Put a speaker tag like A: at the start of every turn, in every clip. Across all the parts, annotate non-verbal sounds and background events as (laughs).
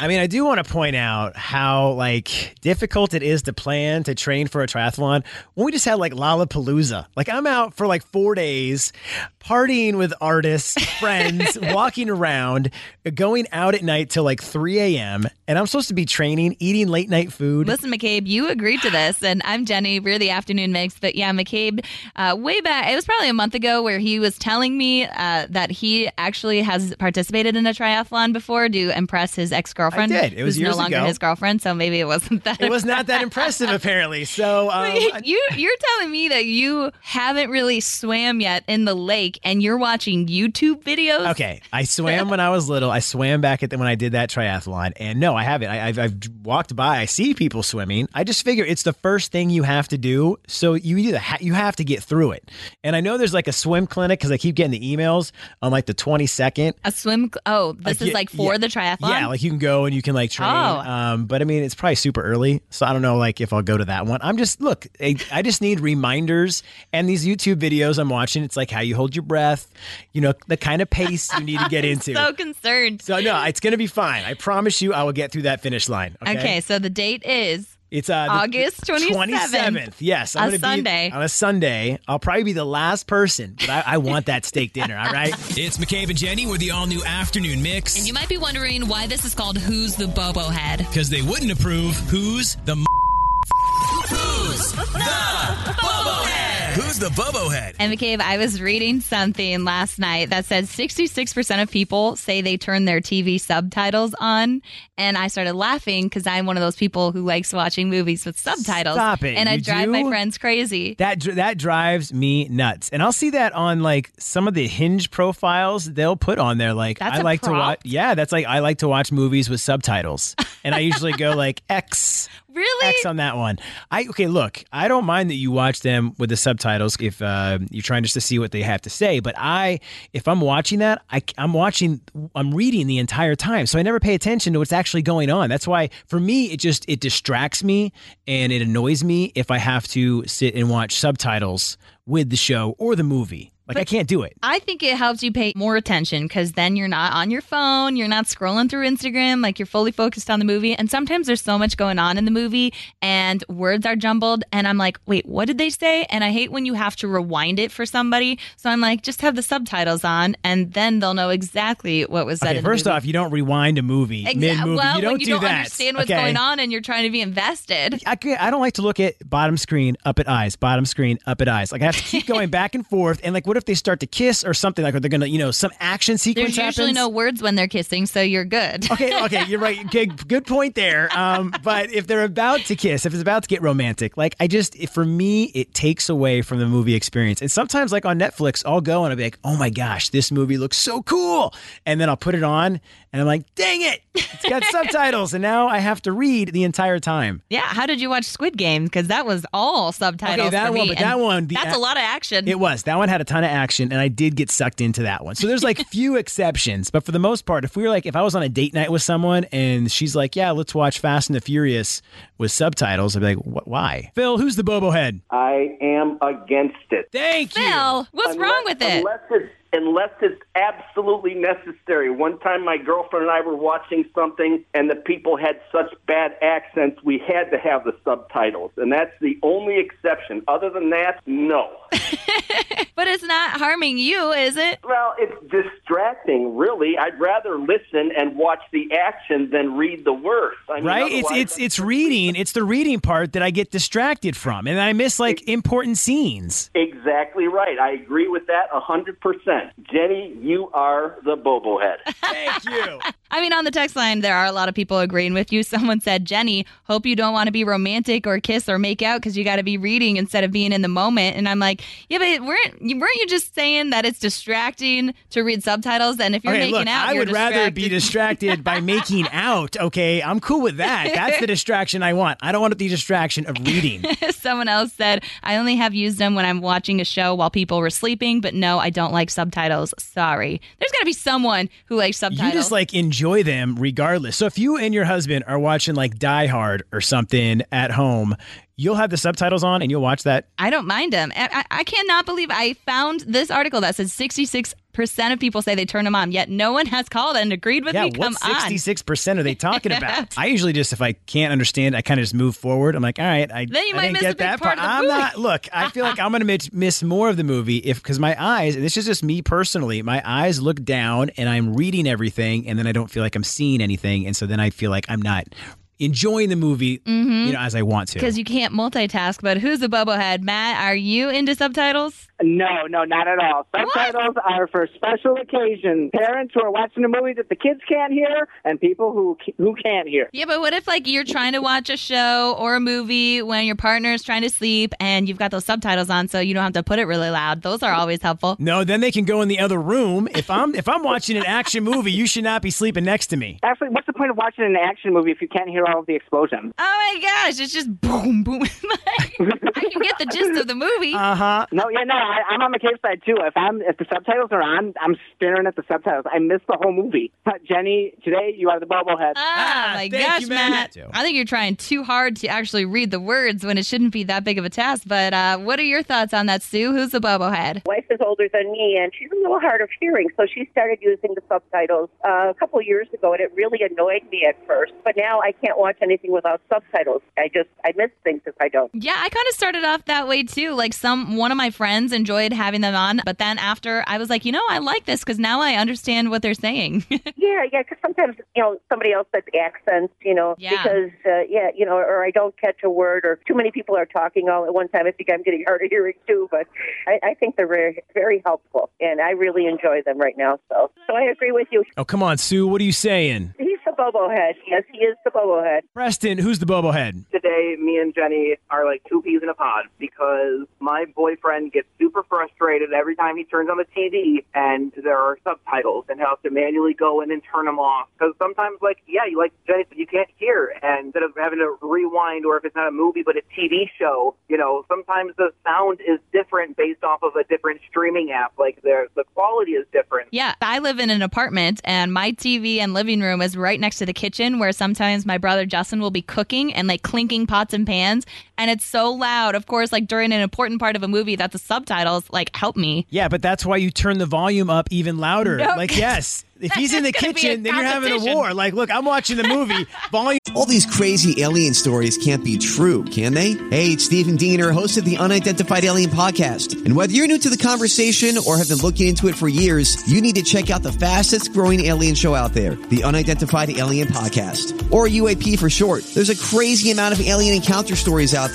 A: I mean, I do want to point out how like difficult it is to plan to train for a triathlon when we just had like Lollapalooza. Like I'm out for like four days partying with artists, friends, walking around, going out at night till like 3 a.m. And I'm supposed to be training, eating late night food.
B: Listen, McCabe, you agreed to this, and I'm Jenny. We're the afternoon mix. But yeah, McCabe, uh, way back, it was probably a month ago where he was telling me uh, that he actually has participated in a triathlon before to impress his ex girlfriend.
A: I did. It was
B: who's
A: years
B: no longer
A: ago.
B: his girlfriend, so maybe it wasn't that.
A: It was not that impressive, apparently. So um, I-
B: you you're telling me that you haven't really swam yet in the lake, and you're watching YouTube videos.
A: Okay, I swam when I was little. I swam back at the, when I did that triathlon, and no, I haven't. I, I've, I've walked by. I see people swimming. I just figure it's the first thing you have to do, so you either ha- you have to get through it. And I know there's like a swim clinic because I keep getting the emails on like the 22nd.
B: A swim. cl- Oh, this
A: Like,
B: is
A: yeah,
B: like for
A: yeah.
B: the triathlon.
A: Yeah, like you can go and you can like train.
B: Oh.
A: Um, but I mean, it's probably super early, so I don't know like if I'll go to that one. I'm just look, I, I just need reminders and these YouTube videos I'm watching. It's like how you hold your breath, you know, the kind of pace you need to
B: (laughs)
A: get into.
B: so concerned.
A: So no, it's gonna be fine. I promise you, I will get through that finish line. Okay,
B: okay. so the date is
A: it's uh, the-
B: August 27th.
A: 27th. Yes,
B: A
A: I'm gonna be-
B: Sunday.
A: On a Sunday, I'll probably be the last person, but I, I want that steak dinner. All right.
C: (laughs) It's McCabe and Jenny with the all new afternoon mix.
B: You might be wondering why this is called Who's the Bobo Head?
C: Because they wouldn't approve who's the m- (laughs) Who's the Bobo Head?
B: And McCabe, I was reading something last night that said 66% of people say they turn their TV subtitles on. And I started laughing because I'm one of those people who likes watching movies with subtitles.
A: Stop it,
B: And I
A: you
B: drive
A: do?
B: my friends crazy.
A: That dr- that drives me nuts, and I'll see that on like some of the Hinge profiles they'll put on there. Like
B: That's
A: I
B: a
A: like to
B: prop?
A: watch. Yeah, that's like I like to watch movies with subtitles, and I usually
B: (laughs)
A: go like X.
B: Really?
A: X on that one. I okay. Look, I don't mind that you watch them with the subtitles if uh, you're trying just to see what they have to say. But I, if I'm watching that, I, am watching, I'm reading the entire time, so I never pay attention to what's actually going on. That's why for me, it just it distracts me and it annoys me if I have to sit and watch subtitles with the show or the movie. Like I can't do it.
B: I think it helps you pay more attention because then you're not on your phone, you're not scrolling through Instagram, like you're fully focused on the movie. And sometimes there's so much going on in the movie and words are jumbled. And I'm like, wait, what did they say? And I hate when you have to rewind it for somebody. So I'm like, just have the subtitles on and then they'll know exactly what was said.
A: Okay,
B: in the
A: first
B: movie.
A: off, you don't rewind a movie
B: Exa-
A: mid movie.
B: well,
A: you don't
B: when you
A: do
B: not
A: that.
B: understand what's
A: okay?
B: going on and you're trying to be invested.
A: I, can't- I don't like to look at bottom screen, up at eyes, bottom screen, up at eyes. Like I have to keep
B: (laughs)
A: going back and forth. And like, what if they start to kiss or something? Like, are they gonna, you know, some action sequence
B: There's usually
A: happens?
B: no (laughs) words when they're kissing, so
A: (laughs)
B: you're good.
A: okay, okay, you're right. Good, good point there. Um, but if they're about to kiss, if it's about to get romantic, like I just, it- for me, it takes away from the movie experience. And sometimes, like on Netflix, I'll go and I'll be like, oh my gosh, this movie looks so cool. And then I'll put it on and I'm like, dang it, it's
B: (laughs)
A: got subtitles. And now I have to read the entire time.
B: Yeah, how did you watch Squid Game? Because that was all subtitles.
A: Okay, that
B: for me,
A: one, but
B: and
A: that one, the
B: that's
A: ac-
B: a lot of action.
A: It was. That one had a ton of action, and I did get sucked into that one. So there's (laughs) like few exceptions, but for the most part, if we were like, if I was on a date night with someone and she's like, yeah, let's watch Fast and the Furious with subtitles, I'd be like, what, why? Phil, who's the Bobo head?
D: I am against it.
A: Thank you.
B: Phil, what's wrong with it?
D: Unless it's, unless it's absolutely necessary. One time, my girlfriend and I were watching something, and the people had such bad accents, we had to have the subtitles. And that's the only exception. Other than that, no.
B: but it's not harming you, is it?
D: well, it's distracting, really. I'd rather listen and watch the action than read the words. I mean,
A: Right? It's
D: otherwise-
A: it's it's reading. It's the reading part that I get distracted from, and I miss like important scenes.
D: Exactly right. I agree with that a 100%. Jenny, you are the bobo head.
A: Thank
B: (laughs)
A: you.
B: I mean, on the text line, there are a lot of people agreeing with you. (laughs) Someone said, Jenny, hope you don't want to be romantic or kiss or make out because you got to be reading instead of being in the moment. And I'm like, yeah, but weren't, you- weren't you just saying that it's distracting to read subtitles. And if you're
A: okay,
B: making
A: look,
B: out,
A: I
B: you're
A: would rather be
B: distracted.
A: distracted by
B: (laughs)
A: making out. Okay, I'm cool with that. That's the distraction I want. I don't want the distraction of reading.
B: (laughs) Someone else said, I only have used them when I'm watching a show while people were sleeping, but no, I don't like subtitles. Sorry. There's got to be someone who likes subtitles.
A: You just like enjoy them regardless. So if you and your husband are watching like Die Hard or something at home, you'll have the subtitles on and you'll watch that.
B: I don't mind them. I, I I cannot believe I found this article that says 66% of people say they turn them on, yet no one has called and agreed with
A: Yeah,
B: me. Come
A: what sixty six percent are they talking
B: Yes. (laughs)
A: about? I usually just if I can't understand, I kind of just move forward. I'm like, all right, I,
B: Then you
A: I
B: might
A: didn't
B: miss
A: get
B: a big
A: that
B: part of the
A: I'm
B: movie.
A: not. Look, I feel like I'm gonna mit- miss more of the movie if because my eyes. And this is just me personally. My eyes look down and I'm reading everything, and then I don't feel like I'm seeing anything, and so then I feel like I'm not enjoying the movie, you know, as I want to.
B: Mm-hmm. Because you can't multitask, but who's a bubble head? Matt, are you into subtitles?
E: No, no, not at all. Subtitles are for special occasions. Parents who are watching a movie that the kids can't hear, and people who who can't hear.
B: Yeah, but what if like you're trying to watch a show or a movie when your partner is trying to sleep and you've got those subtitles on so you don't have to put it really loud? Those are always helpful.
A: No, then they can go in the other room. If I'm if I'm watching an action movie, you should not be sleeping next to me.
E: Actually, what's the point of watching an action movie if you can't hear all of the explosions?
B: Oh my gosh, it's just boom, boom. (laughs) Like, I can get the gist of the (laughs) movie. Uh-huh.
E: No, yeah, no, I, I'm on the Cape side too. If I'm if the subtitles are on, I'm staring at the subtitles. I miss the whole movie. Jenny, today you are the bobblehead.
B: Ah,
A: Ah,
B: my
A: thank
B: gosh,
A: you,
B: Matt.
A: Matt.
B: I think you're trying too hard to actually read the words when it shouldn't be that big of a task. But uh, what are your thoughts on that, Sue? Who's the bobblehead?
F: wife is older than me and she's a little hard of hearing so she started using the subtitles uh, a couple years ago and it really annoyed me at first but now i can't watch anything without subtitles i just i miss things if i don't
B: Yeah, I kind of started off that way too. Like some one of my friends enjoyed having them on, but then after I was like, you know, I like this because now I understand what they're saying. (laughs)
F: yeah yeah because sometimes you know somebody else has accents you know
B: Yeah.
F: because uh, yeah you know or i don't catch a word or too many people are talking all at one time i think i'm getting hard of hearing too but i, I think they're very very helpful and i really enjoy them right now so so i agree with you
A: Oh, come on, Sue. What are you saying?
F: he's the bobo head yes he is the bobo head
A: Preston, who's the bobblehead?
G: today, me and Jenny are like two peas in a pod because my boyfriend gets super frustrated every time he turns on the TV and there are subtitles and he'll have to manually go in and turn them off. Because sometimes, like, yeah, you like Jenny said, you can't hear. And instead of having to rewind, or if it's not a movie but a TV show, you know, sometimes the sound is different based off of a different streaming app. Like, the, the quality is different.
B: Yeah, I live in an apartment and my TV and living room is right next to the kitchen where sometimes my brother Justin will be cooking and like clinking pots and pans and it's so loud. Of course, like during an important part of a movie that the subtitles like help me.
A: Yeah, but that's why you turn the volume up even louder.
B: No,
A: like,
B: 'cause-
A: yes. If he's in the
B: (laughs) That's gonna be a
A: kitchen, then you're having a
B: competition.
A: war. Like, look, I'm watching the
B: (laughs)
A: movie. Volume.
H: All these crazy alien stories can't be true, can they? Hey, it's Stephen Diener, host of the Unidentified Alien Podcast. And whether you're new to the conversation or have been looking into it for years, you need to check out the fastest growing alien show out there, the Unidentified Alien Podcast, or UAP for short. There's a crazy amount of alien encounter stories out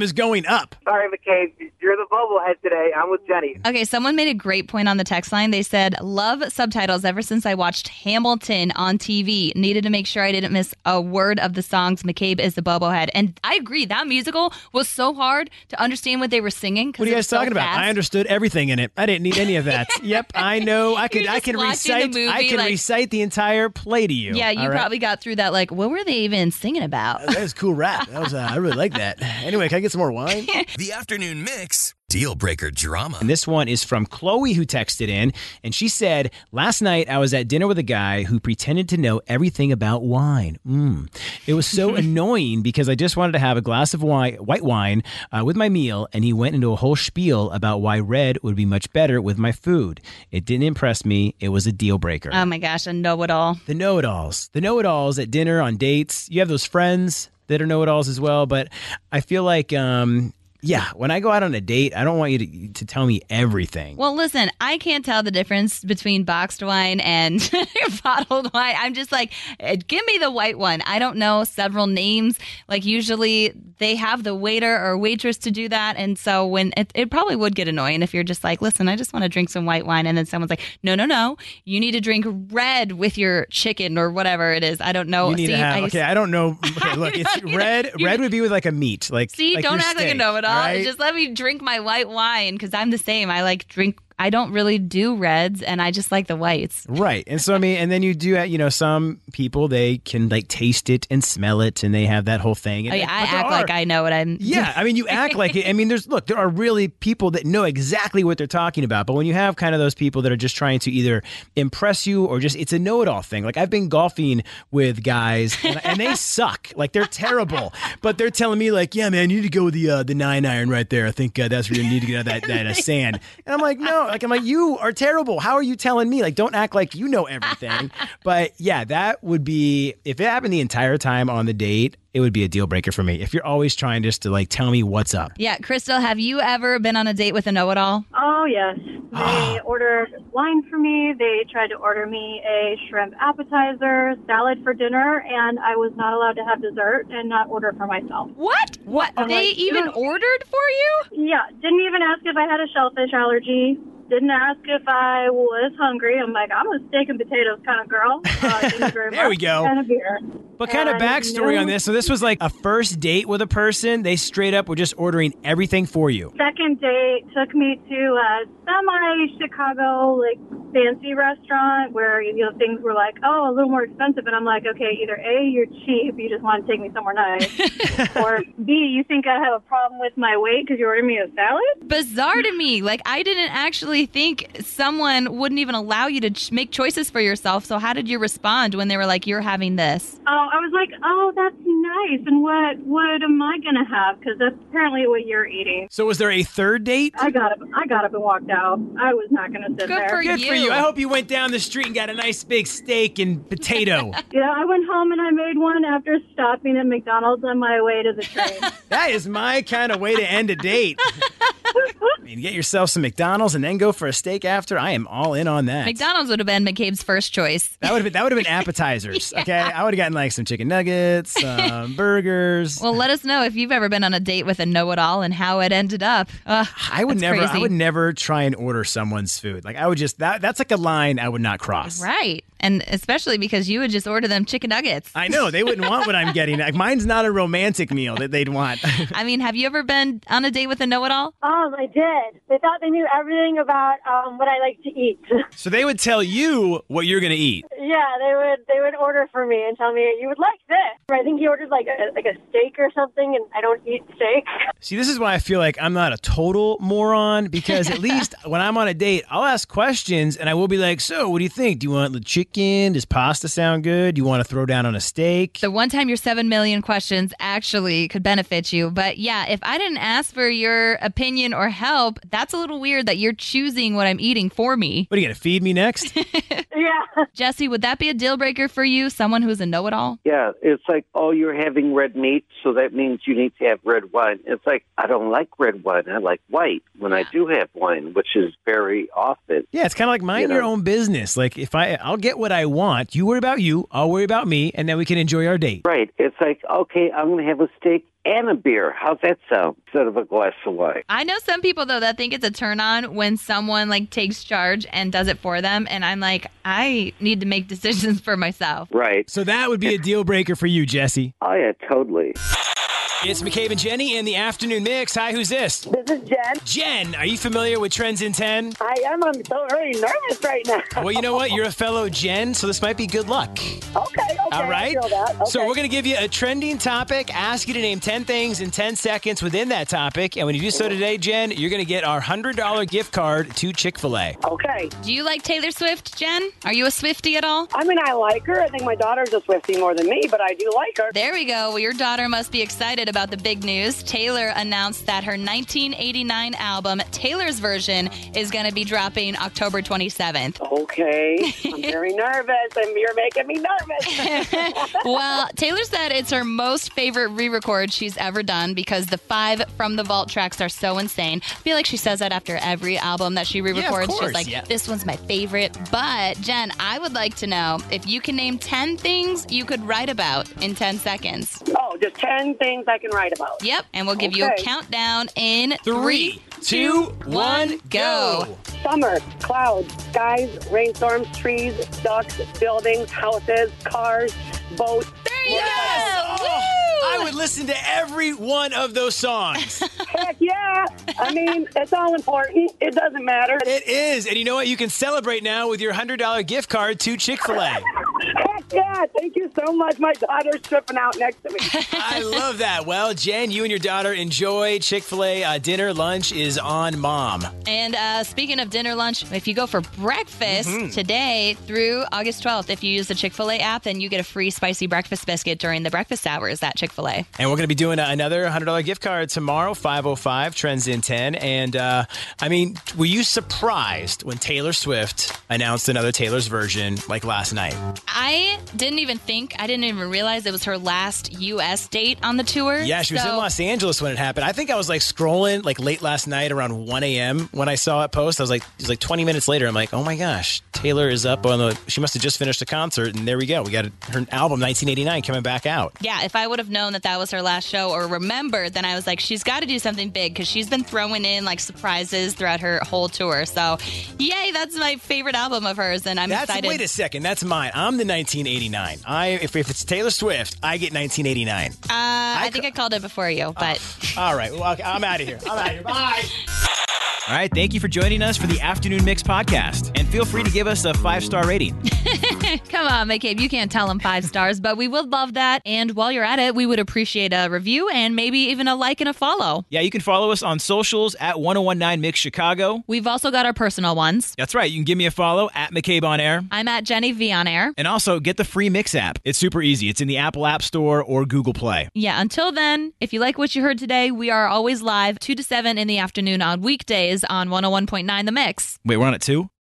A: is going up.
G: Sorry, McCabe, you're the bobblehead today. I'm with Jenny.
B: Okay, someone made a great point on the text line. They said, Love subtitles ever since I watched Hamilton on TV. Needed to make sure I didn't miss a word of the songs. McCabe is the bobblehead. And I agree, that musical was so hard to understand what they were singing. 'cause
A: What are you
B: it
A: guys
B: was so
A: talking about?
B: fast.
A: I understood everything in it. I didn't need any of that.
B: (laughs)
A: yep, I know. I could.
B: You're
A: I
B: just
A: can
B: watching the
A: recite. I
B: movie,
A: can
B: like-
A: recite the entire play to you.
B: Yeah, you
A: All right?
B: probably got through that. Like, what were they even singing about?
A: That was cool rap. That was. Uh, I really like that. Anyway, can I get some more wine?
C: The afternoon mix
A: Deal breaker drama. And this one is from Chloe, who texted in, and she said, Last night I was at dinner with a guy who pretended to know everything about wine. Mm. It was so annoying because I just wanted to have a glass of wine, white wine uh, with my meal, and he went into a whole spiel about why red would be much better with my food. It didn't impress me. It was a deal breaker.
B: Oh my gosh, a know it all.
A: The know it alls. The know it alls at dinner, on dates. You have those friends that are know it alls as well. But I feel like, um, yeah, when I go out on a date, I don't want you to, to tell me everything.
B: Well, listen, I can't tell the difference between boxed wine and (laughs) bottled wine. I'm just like, eh, give me the white one. I don't know several names. Like, usually they have the waiter or waitress to do that. And so, when it, it probably would get annoying if you're just like, listen, I just want to drink some white wine. And then someone's like, no, no, no. You need to drink red with your chicken or whatever it is. I don't know.
A: You need to have,
B: Oh, I-
A: okay, I don't know.
B: (laughs)
A: Okay, look, it's red.
B: You-
A: red would be with like a meat. Like,
B: See,
A: like
B: don't
A: your
B: act like a
A: steak,
B: know it all.
A: right?
B: Just let me drink my white wine because I'm the same. I like drink. I don't really do reds, and I just like the whites.
A: Right. And so, I mean, and then you do, you know, some people, they can like taste it and smell it and they have that whole thing.
B: Oh,
A: And
B: yeah, I
A: but there
B: act
A: are-
B: like I know what I'm.
A: Yeah, I mean, you act like it. I mean, there's look, there are really people that know exactly what they're talking about. But when you have kind of those people that are just trying to either impress you or just it's a know-it-all thing. Like I've been golfing with guys and, and they suck, like they're terrible. But they're telling me like, yeah, man, you need to go with the uh, the nine iron right there. I think uh, that's where you need to get out that that uh, sand. And I'm like, no, like I'm like, you are terrible. How are you telling me? Like, don't act like you know everything. But yeah, that would be if it happened the entire time on the date. It would be a deal breaker for me if you're always trying just to like tell me what's up.
B: Yeah, Crystal, have you ever been on a date with a know-it-all?
I: Oh, yes. They ordered wine for me. They tried to order me a shrimp appetizer, salad for dinner, and I was not allowed to have dessert and not order for myself.
B: What? What?
I: I'm
B: they
I: like,
B: even
I: "Ugh."
B: ordered for you?
I: Yeah. Didn't even ask if I had a shellfish allergy. Didn't ask if I was hungry. I'm like, I'm a steak and potatoes kind of girl. Uh,
A: (laughs)
I: thank you very
A: There we
I: much.
A: go.
I: And a beer.
A: But kind of
I: And
A: backstory
I: no
A: on this. So this was like a first date with a person. They straight up were just ordering everything for you.
I: Second date took me to a semi Chicago like fancy restaurant where you know things were like oh a little more expensive and I'm like okay either A you're cheap you just want to take me somewhere nice or B you think I have a problem with my weight because you ordered me a salad
B: Bizarre to me. Like I didn't actually think someone wouldn't even allow you to ch- make choices for yourself. So how did you respond when they were like, "You're having this"?
I: oh I was like oh that's nice and what what am I gonna have because that's apparently what you're eating
A: So was there a third date?
I: I got up I got up and walked out I was not gonna sit there
A: Good for you. I hope you went down the street and got a nice big steak and (laughs) potato.
I: yeah, I went home and I made one after stopping at McDonald's on my way to the train.
A: that is my kind of way to end a date. I mean, get yourself some McDonald's and then go for a steak after. I am all in on that.
B: McDonald's would have been McCabe's first choice.
A: That would have been that would have been (laughs) appetizers. Okay, I would have gotten like some chicken nuggets, some burgers.
B: (laughs) Well, let us know if you've ever been on a date with a know-it-all and how it ended up. Ugh,
A: I would
B: that's
A: never. I
B: crazy.
A: would never try and order someone's food. Like I would just that. That's like a line I would not cross.
B: Right. And especially because you would just order them chicken nuggets.
A: I know they wouldn't want what I'm getting. Like mine's not a romantic meal that they'd want. (laughs)
B: I mean, have you ever been on a date with a know it all?
I: Oh, they did. They thought they knew everything about um, what I like to eat. (laughs)
A: so they would tell you what you're gonna eat.
I: yeah, they would they would order for me and tell me you would like this. I think he ordered like a like a steak or something, and I don't eat steak. (laughs)
A: See, this is why I feel like I'm not a total moron because at
B: (laughs)
A: least when I'm on a date, I'll ask questions and I will be like, "So, what do you think? Do you want the chicken? Does pasta sound good? Do you want to throw down on a steak?"
B: The one time your 7 million questions actually could benefit you. But yeah, if I didn't ask for your opinion or help, that's a little weird that you're choosing what I'm eating for me.
A: (laughs) What are you gonna feed me next?
I: Yeah.
B: Jesse, would that be a deal breaker for you? Someone who's a know it all?
D: Yeah, it's like, oh, you're having red meat, so that means you need to have red wine. It's like, I don't like red wine. I like white when I do have wine, which is very often.
A: Yeah, it's kind of like mind your own business. Like if I, I'll get what I want. You worry about you. I'll worry about me, and then we can enjoy our date.
D: Right. It's like, okay, I'm going to have a steak and a beer. How's that sound? Instead of a glass of wine.
B: I know some people though that think it's a turn on when someone like takes charge and does it for them and I'm like I need to make (laughs) decisions for myself.
D: Right.
A: So that would be a deal breaker for you, Jesse.
D: Oh, yeah, totally.
A: It's McCabe and Jenny in the afternoon mix. Hi, who's this?
J: This is Jen.
A: Jen, are you familiar with Trends in 10?
J: I am. I'm so very nervous right now.
A: Well, you know what? You're a fellow Jen, so this might be good luck.
J: Okay,
F: (laughs) Okay,
A: All right.
F: I feel that.
A: So
F: Okay.
A: we're going to give you a trending topic, ask you to name 10 things in 10 seconds within that topic. And when you do so today, Jen, you're going to get our $100 gift card to Chick fil A.
F: Okay.
B: Do you like Taylor Swift, Jen? Are you a Swifty at all?
F: I mean, I like her. I think my daughter's a Swifty more than me, but I do like her.
B: There we go. Well, your daughter must be excited about the big news. Taylor announced that her 1989 album, Taylor's Version, is going to be dropping October 27th.
A: (laughs)
F: Okay. I'm very nervous, and you're making me nervous.
B: well, Taylor said it's her most favorite re record she's ever done because the five from the vault tracks are so insane. I feel like she says that after every album that she re
J: of
B: records.
J: course,
B: she's like,
J: yeah.
B: this one's my favorite. But, Jen, I would like to know if you can name 10 things you could write about in 10 seconds.
F: oh, just 10 things I can write about.
B: Yep. And we'll give you a
F: Okay.
B: countdown in
F: Three,
B: three,
F: two,
B: two, one, go.
F: Summer, clouds, skies, rainstorms, trees, ducks, buildings, houses, cars, boats.
B: There you go.
A: Oh, I would listen to every one of those songs.
F: Heck yeah. I mean, it's all important. It doesn't matter.
A: it is. And you know what? You can celebrate now with your $100 gift card to Chick fil A.
F: Heck yeah. Thank you so much. My daughter's tripping out next to me.
A: I love that. Well, Jen, you and your daughter enjoy Chick fil A. Uh, dinner, lunch is on mom.
B: And uh, speaking of dinner, lunch, if you go for breakfast
A: Mhm.
B: today through August 12th, if you use the Chick fil A app, then you get a free spicy breakfast biscuit during the breakfast hours at Chick fil A.
A: And we're going to be doing uh, another $100 gift card tomorrow, 505 Trends in 10. And uh, I mean, were you surprised when Taylor Swift announced another Taylor's version like last night?
B: I didn't even think, I didn't even realize it was her last U.S. date on the tour.
A: Yeah, she was in
B: So-
A: Los Angeles when it happened. I think I was like scrolling like late last night around 1 a.m. when I saw it post. I was like, it was like 20 minutes later. I'm like, oh my gosh, Taylor is up on the, she must have just finished a concert. And there we go. We got her album, 1989, coming back out.
B: Yeah, if I would have known that that was her last show or remembered, then I was like, she's got to do something big because she's been throwing in like surprises throughout her whole tour. So, yay, that's my favorite album of hers, and I'm
A: that's
B: excited.
A: wait a second. That's mine. I'm the 1989. I if, if it's Taylor Swift, I get 1989.
B: uh, I, think I called it before
A: Oh.
B: you, but
A: All right, well, okay, I'm out of here. I'm out of here. Bye.
C: All right, thank you for joining us for the Afternoon Mix podcast. And feel free to give us a five star rating.
B: Come on, McCabe, you can't tell them five stars, but we would love that. And while you're at it, we would appreciate a review and maybe even a like and a follow.
C: Yeah, you can follow us on socials at 1019 Mix Chicago.
B: We've also got our personal ones.
C: That's right. You can give me a follow at McCabe on Air.
B: I'm at Jenny V on air.
C: And also get the free Mix app. It's super easy. It's in the Apple App Store or Google Play.
B: Yeah, until then, if you like what you heard today, we are always live 2 to 7 in the afternoon on oh weekdays on 101.9 The Mix.
C: Wait, we're on it too?